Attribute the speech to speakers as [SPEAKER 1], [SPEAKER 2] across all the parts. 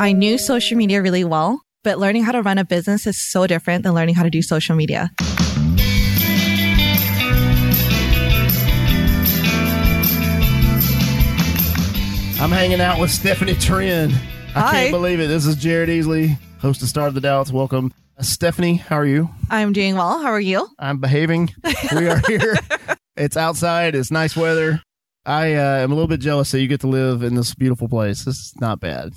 [SPEAKER 1] I knew social media really well, but learning how to run a business is so different than learning how to do social media.
[SPEAKER 2] I'm hanging out with Stephanie Trin. I
[SPEAKER 1] Hi.
[SPEAKER 2] can't believe it. This is Jared Easley, host of Star of the Doubts. Welcome. Uh, Stephanie, how are you?
[SPEAKER 1] I'm doing well. How are you?
[SPEAKER 2] I'm behaving. We are here. it's outside. It's nice weather. I uh, am a little bit jealous that you get to live in this beautiful place. It's not bad.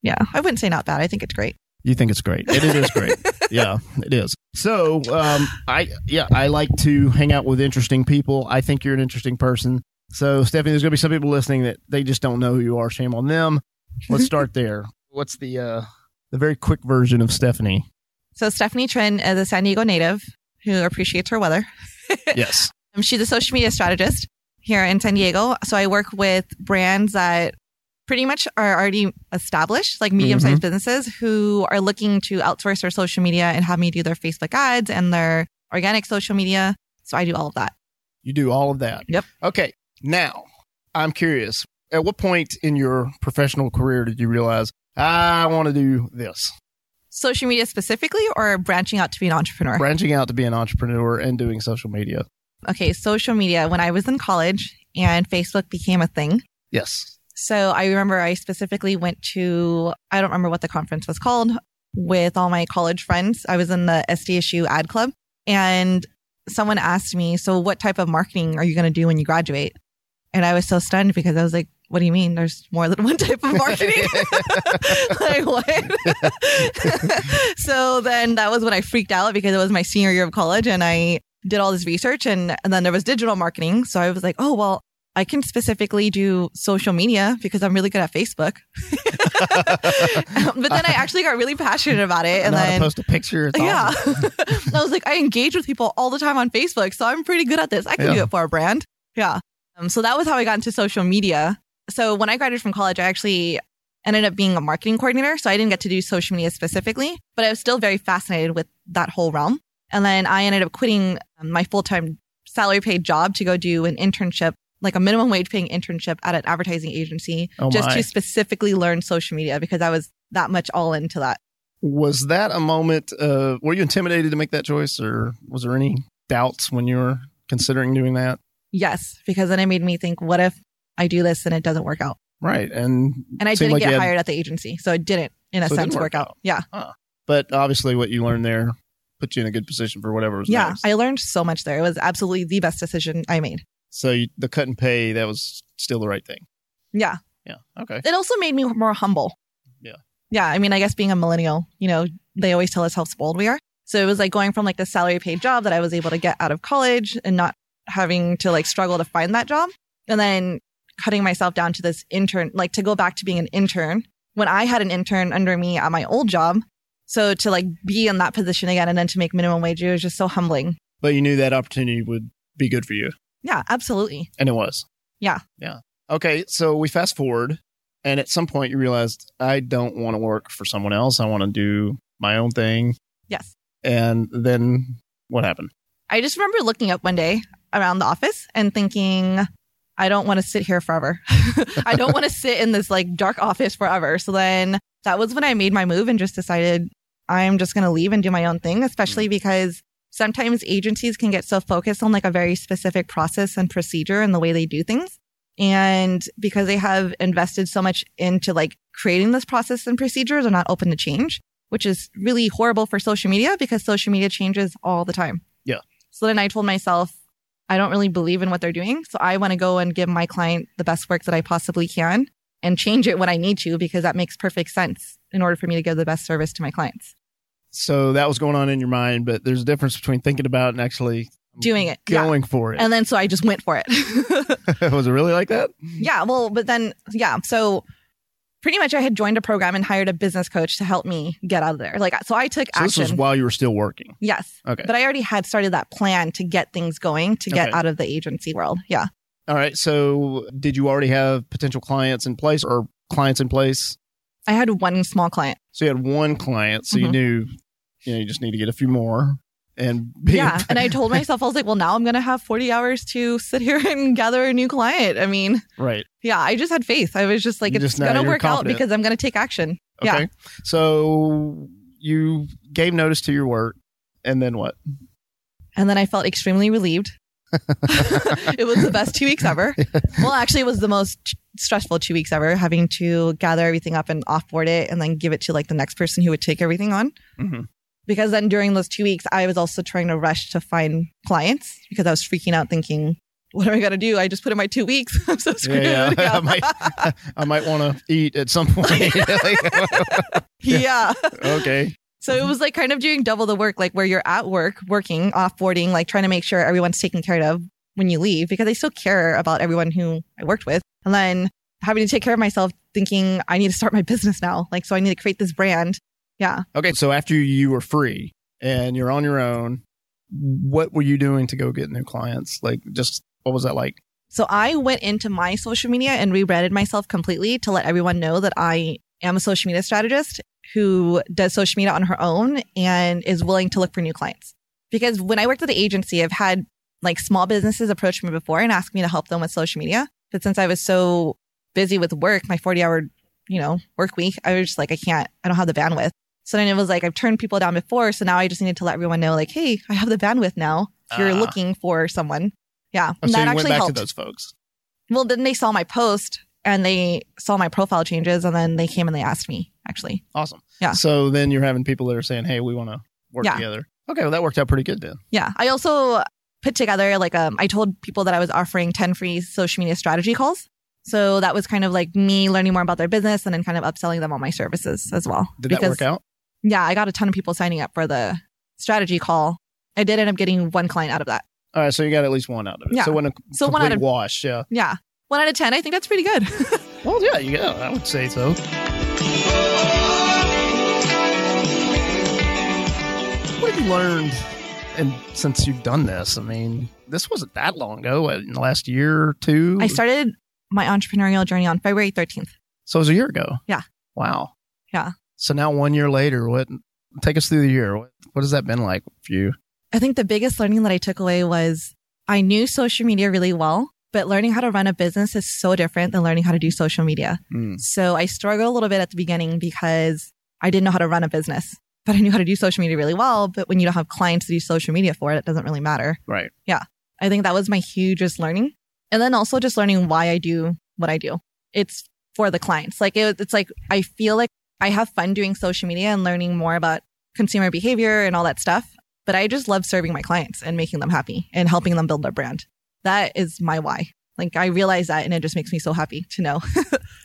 [SPEAKER 1] Yeah, I wouldn't say not bad. I think it's great.
[SPEAKER 2] You think it's great. It, it is great. yeah, it is. So, um, I yeah, I like to hang out with interesting people. I think you're an interesting person. So, Stephanie, there's going to be some people listening that they just don't know who you are. Shame on them. Let's start there. What's the uh, the very quick version of Stephanie?
[SPEAKER 1] So, Stephanie Trin is a San Diego native who appreciates her weather.
[SPEAKER 2] Yes.
[SPEAKER 1] Um, She's a social media strategist here in San Diego. So, I work with brands that pretty much are already established, like medium sized businesses who are looking to outsource their social media and have me do their Facebook ads and their organic social media. So, I do all of that.
[SPEAKER 2] You do all of that.
[SPEAKER 1] Yep.
[SPEAKER 2] Okay. Now, I'm curious. At what point in your professional career did you realize I want to do this,
[SPEAKER 1] Social media specifically, or branching out to be an entrepreneur?
[SPEAKER 2] branching out to be an entrepreneur and doing social media?
[SPEAKER 1] Okay, social media. When I was in college and Facebook became a thing,
[SPEAKER 2] Yes.
[SPEAKER 1] So I remember I specifically went to, I don't remember what the conference was called, with all my college friends. I was in the SDSU ad club and someone asked me, So what type of marketing are you going to do when you graduate? And I was so stunned because I was like, What do you mean? There's more than one type of marketing? like, what? so then that was when I freaked out because it was my senior year of college and I did all this research and, and then there was digital marketing. So I was like, Oh, well, I can specifically do social media because I'm really good at Facebook. but then I actually got really passionate about it. And
[SPEAKER 2] know how to
[SPEAKER 1] then,
[SPEAKER 2] post a picture. It's
[SPEAKER 1] yeah,
[SPEAKER 2] awesome.
[SPEAKER 1] I was like, I engage with people all the time on Facebook. So I'm pretty good at this. I can
[SPEAKER 2] Yeah.
[SPEAKER 1] do it for a brand. Yeah. Um, so that was how I got into social media. So when I graduated from college, I actually ended up being a marketing coordinator. So I didn't get to do social media specifically, but I was still very fascinated with that whole realm. And then I ended up quitting um, my full time salary paid job to go do an internship, like a minimum wage paying internship at an advertising agency,
[SPEAKER 2] Oh
[SPEAKER 1] just
[SPEAKER 2] my.
[SPEAKER 1] to specifically learn social media because I was that much all into that.
[SPEAKER 2] Was that a moment? Uh, were you intimidated to make that choice, or was there any doubts when you were considering doing that?
[SPEAKER 1] Yes, because then it made me think, what if I do this and it doesn't work out?
[SPEAKER 2] Right, and
[SPEAKER 1] And I
[SPEAKER 2] Seemed
[SPEAKER 1] didn't
[SPEAKER 2] like you
[SPEAKER 1] get
[SPEAKER 2] had-
[SPEAKER 1] hired at the agency, so it didn't, in a
[SPEAKER 2] So it
[SPEAKER 1] sense,
[SPEAKER 2] didn't
[SPEAKER 1] work
[SPEAKER 2] work
[SPEAKER 1] out.
[SPEAKER 2] out.
[SPEAKER 1] Yeah,
[SPEAKER 2] but obviously, what you learned there put you in a good position for whatever was
[SPEAKER 1] yeah.
[SPEAKER 2] next.
[SPEAKER 1] I learned so much there. It was absolutely the best decision I made.
[SPEAKER 2] so you, the cut and pay that was still the right thing.
[SPEAKER 1] Yeah,
[SPEAKER 2] Yeah. Okay.
[SPEAKER 1] it also made me more humble.
[SPEAKER 2] Yeah.
[SPEAKER 1] yeah. I mean, I guess being a millennial, you know, they always tell us how spoiled we are. So it was like going from like the salary paid job that I was able to get out of college and not having to like struggle to find that job, and then cutting myself down to this intern, like to go back to being an intern when I had an intern under me at my old job. So to like be in that position again and then to make minimum wage, it was just so humbling.
[SPEAKER 2] But you knew that opportunity would be good for you,
[SPEAKER 1] Yeah, absolutely.
[SPEAKER 2] and it was.
[SPEAKER 1] Yeah.
[SPEAKER 2] Yeah. Okay. So we fast forward, and at some point you realized I don't want to work for someone else. I want to do my own thing.
[SPEAKER 1] Yes.
[SPEAKER 2] And then what happened?
[SPEAKER 1] I just remember looking up one day around the office and thinking, I don't want to sit here forever. I don't want to sit in this like dark office forever. So then that was when I made my move and just decided I'm just going to leave and do my own thing, especially because sometimes agencies can get so focused on like a very specific process and procedure and the way they do things. And because they have invested so much into like creating this process and procedures are not open to change, which is really horrible for social media because social media changes all the time. So then I told myself, I don't really believe in what they're doing. So I want to go and give my client the best work that I possibly can and change it when I need to because that makes perfect sense in order for me to give the best service to my clients.
[SPEAKER 2] So that was going on in your mind, but there's a difference between thinking about it and actually
[SPEAKER 1] Doing it. Yeah.
[SPEAKER 2] going for it.
[SPEAKER 1] And then so I just went for it.
[SPEAKER 2] was it really like that?
[SPEAKER 1] yeah. Well, but then, yeah. So pretty much I had joined a program and hired a business coach to help me get out of there. Like, so I took
[SPEAKER 2] So this
[SPEAKER 1] action.
[SPEAKER 2] was while you were still working.
[SPEAKER 1] yes.
[SPEAKER 2] Okay.
[SPEAKER 1] But I already had started that plan to get things going to get
[SPEAKER 2] Okay.
[SPEAKER 1] out of the agency world. Yeah.
[SPEAKER 2] All right. So did you already have potential clients in place or clients in place?
[SPEAKER 1] I had one small client.
[SPEAKER 2] So you had one client, so
[SPEAKER 1] Mhm.
[SPEAKER 2] you knew you know you just need to get a few more and be
[SPEAKER 1] yeah. and I told myself, I was like, well, now I'm going to have 40 hours to sit here and gather a new client. I mean,
[SPEAKER 2] right.
[SPEAKER 1] yeah, I just had faith. I was just like,
[SPEAKER 2] You
[SPEAKER 1] it's
[SPEAKER 2] just know
[SPEAKER 1] going to
[SPEAKER 2] you're
[SPEAKER 1] work out
[SPEAKER 2] confident.
[SPEAKER 1] because I'm going to take action. Yeah.
[SPEAKER 2] Okay. So you gave notice to your work, and then what?
[SPEAKER 1] And then I felt extremely relieved. it was the best two weeks ever. Well, actually, it was the most t- stressful two weeks ever, having to gather everything up and offboard it and then give it to like the next person who would take everything on.
[SPEAKER 2] Mhm.
[SPEAKER 1] Because then during those two weeks, I was also trying to rush to find clients because I was freaking out thinking, what am I going to do? I just put in my two weeks. I'm so screwed.
[SPEAKER 2] Yeah, yeah. I
[SPEAKER 1] yeah.
[SPEAKER 2] might, I might want to eat at some point.
[SPEAKER 1] yeah.
[SPEAKER 2] okay.
[SPEAKER 1] So it was like kind of doing double the work, like where you're at work, working, offboarding, like trying to make sure everyone's taken care of when you leave because I still care about everyone who I worked with. And then having to take care of myself, thinking I need to start my business now. Like, so I need to create this brand. Yeah.
[SPEAKER 2] Okay. So after you were free and you're on your own, what were you doing to go get new clients? Like, just what was that like?
[SPEAKER 1] So I went into my social media and rebranded myself completely to let everyone know that I am a social media strategist who does social media on her own and is willing to look for new clients. Because when I worked at the agency, I've had like small businesses approach me before and ask me to help them with social media. But since I was so busy with work, my 40 hour, you know, work week, I was just like, I can't, I don't have the bandwidth. So then it was like, I've turned people down before. So now I just needed to let everyone know, like, hey, I have the bandwidth now. If you're
[SPEAKER 2] Ah.
[SPEAKER 1] looking for someone. Yeah.
[SPEAKER 2] Oh, so
[SPEAKER 1] that
[SPEAKER 2] you went
[SPEAKER 1] actually
[SPEAKER 2] back
[SPEAKER 1] helped.
[SPEAKER 2] to those folks.
[SPEAKER 1] Well, then they saw my post and they saw my profile changes, and then they came and they asked me. Actually,
[SPEAKER 2] Awesome.
[SPEAKER 1] Yeah.
[SPEAKER 2] So then you're having people that are saying, "Hey, we want to work
[SPEAKER 1] Yeah.
[SPEAKER 2] together." Okay. Well, that worked out pretty good then.
[SPEAKER 1] yeah. I also put together like um, I told people that I was offering ten free social media strategy calls. So that was kind of like me learning more about their business and then kind of upselling them on my services as well.
[SPEAKER 2] Did that
[SPEAKER 1] Because-
[SPEAKER 2] work out?
[SPEAKER 1] Yeah, I got a ton of people signing up for the strategy call. I did end up getting one client out of that.
[SPEAKER 2] All right. So you got at least one out of it.
[SPEAKER 1] Yeah.
[SPEAKER 2] So it wasn't a
[SPEAKER 1] So one
[SPEAKER 2] complete
[SPEAKER 1] out of
[SPEAKER 2] wash. Yeah.
[SPEAKER 1] yeah, one out of ten. I think that's pretty good.
[SPEAKER 2] Well, yeah, yeah, I would say so. What have you learned, and since you've done this, I mean, this wasn't that long ago. what, In the last year or two,
[SPEAKER 1] I started my entrepreneurial journey on February thirteenth.
[SPEAKER 2] so it was a year ago.
[SPEAKER 1] Yeah.
[SPEAKER 2] Wow.
[SPEAKER 1] Yeah.
[SPEAKER 2] So now, one year later, what? Take us through the year. What, what has that been like for you?
[SPEAKER 1] I think the biggest learning that I took away was I knew social media really well, but learning how to run a business is so different than learning how to do social media.
[SPEAKER 2] Mm.
[SPEAKER 1] So I struggled a little bit at the beginning because I didn't know how to run a business, but I knew how to do social media really well. But when you don't have clients to do social media for, it doesn't really matter.
[SPEAKER 2] Right.
[SPEAKER 1] I think that was my hugest learning. And then also just learning why I do what I do. It's for the clients. Like it, it's like I feel like I have fun doing social media and learning more about consumer behavior and all that stuff. But I just love serving my clients and making them happy and helping them build their brand. That is my why. Like I realize that and it just makes me so happy to know.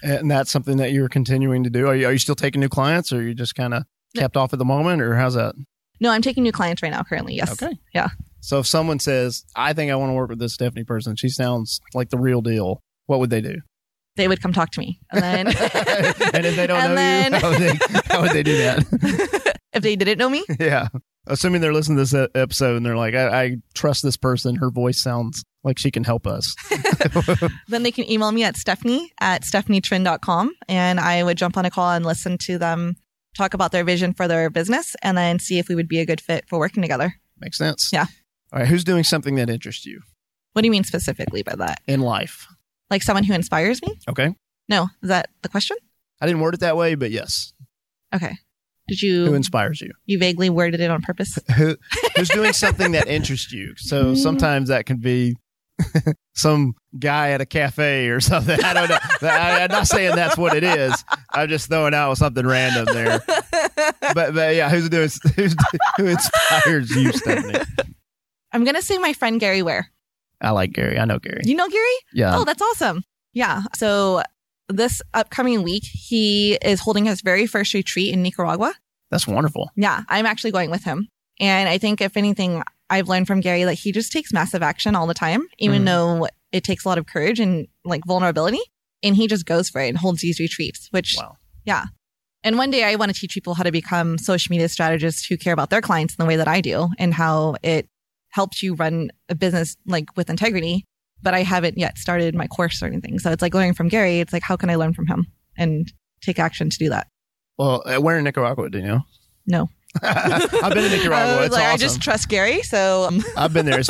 [SPEAKER 2] And that's something that you're continuing to do. Are you, are you still taking new clients, or are you just kind of
[SPEAKER 1] No.
[SPEAKER 2] kept off at the moment, or how's that?
[SPEAKER 1] No, I'm taking new clients right now currently. Yes.
[SPEAKER 2] Okay.
[SPEAKER 1] Yeah.
[SPEAKER 2] So if someone says, I think I want to work with this Stephanie person, she sounds like the real deal, what would they do?
[SPEAKER 1] They would come talk to me. And then
[SPEAKER 2] and if they don't
[SPEAKER 1] And
[SPEAKER 2] know
[SPEAKER 1] then-
[SPEAKER 2] oh. you, how would they, how would they do that?
[SPEAKER 1] if they didn't know me,
[SPEAKER 2] yeah. Assuming they're listening to this e- episode and they're like, I, I trust this person. Her voice sounds like she can help us.
[SPEAKER 1] then they can email me at Stephanie at stephanietrin.com and I would jump on a call and listen to them talk about their vision for their business and then see if we would be a good fit for working together.
[SPEAKER 2] Makes sense.
[SPEAKER 1] Yeah.
[SPEAKER 2] All right. Who's doing something that interests you
[SPEAKER 1] What do you mean specifically by that?
[SPEAKER 2] in life?
[SPEAKER 1] Like someone who inspires me?
[SPEAKER 2] Okay.
[SPEAKER 1] No, is that the question?
[SPEAKER 2] I didn't word it that way, but yes.
[SPEAKER 1] Okay. Did
[SPEAKER 2] Who
[SPEAKER 1] you
[SPEAKER 2] inspires you?
[SPEAKER 1] you vaguely worded it on purpose?
[SPEAKER 2] who who's doing something that interests you. So sometimes that can be some guy at a cafe or something. I don't know. I, I'm not saying that's what it is. I'm just throwing out something random there. But but yeah, who's doing who's, who inspires you, Stephanie?
[SPEAKER 1] I'm gonna say my friend Gary Ware.
[SPEAKER 2] I like Gary. I know Gary.
[SPEAKER 1] You know Gary?
[SPEAKER 2] Yeah.
[SPEAKER 1] Oh, that's awesome. Yeah. So this upcoming week, he is holding his very first retreat in Nicaragua.
[SPEAKER 2] That's wonderful.
[SPEAKER 1] Yeah, I'm actually going with him. And I think if anything, I've learned from Gary that he just takes massive action all the time, even
[SPEAKER 2] Mhm.
[SPEAKER 1] though it takes a lot of courage and like vulnerability. And he just goes for it and holds these retreats, which
[SPEAKER 2] Wow.
[SPEAKER 1] and one day I want to teach people how to become social media strategists who care about their clients in the way that I do and how it helps you run a business like with integrity. But I haven't yet started my course or anything. So it's like learning from Gary. It's like, how can I learn from him and take action to do that?
[SPEAKER 2] Well, uh, where in Nicaragua do you know?
[SPEAKER 1] No.
[SPEAKER 2] I've been
[SPEAKER 1] I
[SPEAKER 2] to Nicaragua.
[SPEAKER 1] was
[SPEAKER 2] It's
[SPEAKER 1] like,
[SPEAKER 2] awesome.
[SPEAKER 1] I just trust Gary. So, um,
[SPEAKER 2] I've been there. It's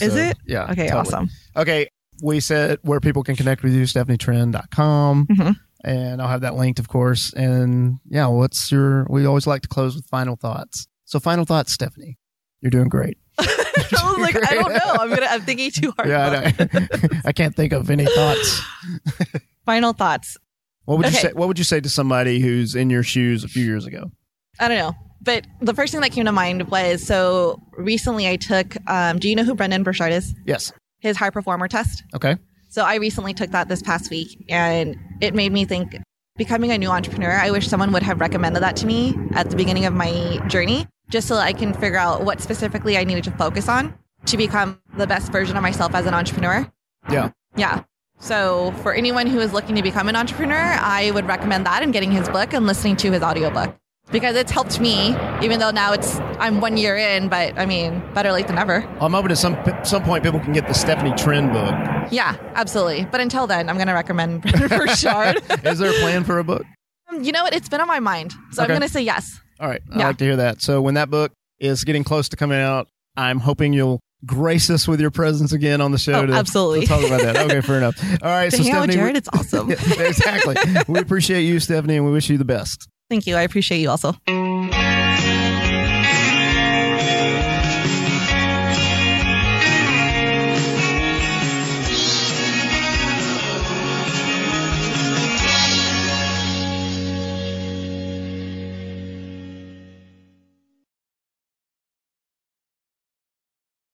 [SPEAKER 1] Is
[SPEAKER 2] So,
[SPEAKER 1] it?
[SPEAKER 2] Yeah.
[SPEAKER 1] okay,
[SPEAKER 2] totally.
[SPEAKER 1] awesome.
[SPEAKER 2] Okay. We said where people can connect with you, stephanietrend.com.
[SPEAKER 1] Mhm.
[SPEAKER 2] and I'll have that linked, of course. And yeah, what's your? We always like to close with final thoughts. So, final thoughts, Stephanie. You're doing great.
[SPEAKER 1] I was like, I don't know. I'm gonna. I'm thinking too hard. about
[SPEAKER 2] Yeah,
[SPEAKER 1] it.
[SPEAKER 2] I, know. I can't think of any thoughts.
[SPEAKER 1] Final thoughts.
[SPEAKER 2] What would you
[SPEAKER 1] Okay.
[SPEAKER 2] say? What would you say to somebody who's in your shoes a few years ago?
[SPEAKER 1] I don't know. But the first thing that came to mind was so recently I took. Um, do you know who Brendan Burchard is?
[SPEAKER 2] Yes.
[SPEAKER 1] His high performer test.
[SPEAKER 2] Okay.
[SPEAKER 1] So I recently took that this past week and it made me think becoming a new entrepreneur, I wish someone would have recommended that to me at the beginning of my journey just so that I can figure out what specifically I needed to focus on to become the best version of myself as an entrepreneur.
[SPEAKER 2] Yeah.
[SPEAKER 1] Yeah. So for anyone who is looking to become an entrepreneur, I would recommend that and getting his book and listening to his audiobook because it's helped me even though now it's I'm 1 year in, but I mean, better late than never.
[SPEAKER 2] I'm hoping at some some point people can get the Stephanie Trend book.
[SPEAKER 1] Yeah, absolutely. But until then, I'm going to recommend Burchard.
[SPEAKER 2] Is there a plan for a book?
[SPEAKER 1] Um, You know what? It's been on my mind. So
[SPEAKER 2] Okay.
[SPEAKER 1] I'm going to say yes.
[SPEAKER 2] All right. I
[SPEAKER 1] Yeah.
[SPEAKER 2] like to hear that. So when that book is getting close to coming out, I'm hoping you'll grace us with your presence again on the show.
[SPEAKER 1] Oh,
[SPEAKER 2] to,
[SPEAKER 1] absolutely.
[SPEAKER 2] to talk about that. Okay, fair enough. All right.
[SPEAKER 1] To
[SPEAKER 2] so
[SPEAKER 1] hang out
[SPEAKER 2] Stephanie,
[SPEAKER 1] with
[SPEAKER 2] we-
[SPEAKER 1] Jared, it's awesome.
[SPEAKER 2] exactly. We appreciate you, Stephanie, and we wish you the best.
[SPEAKER 1] Thank you. I appreciate you also.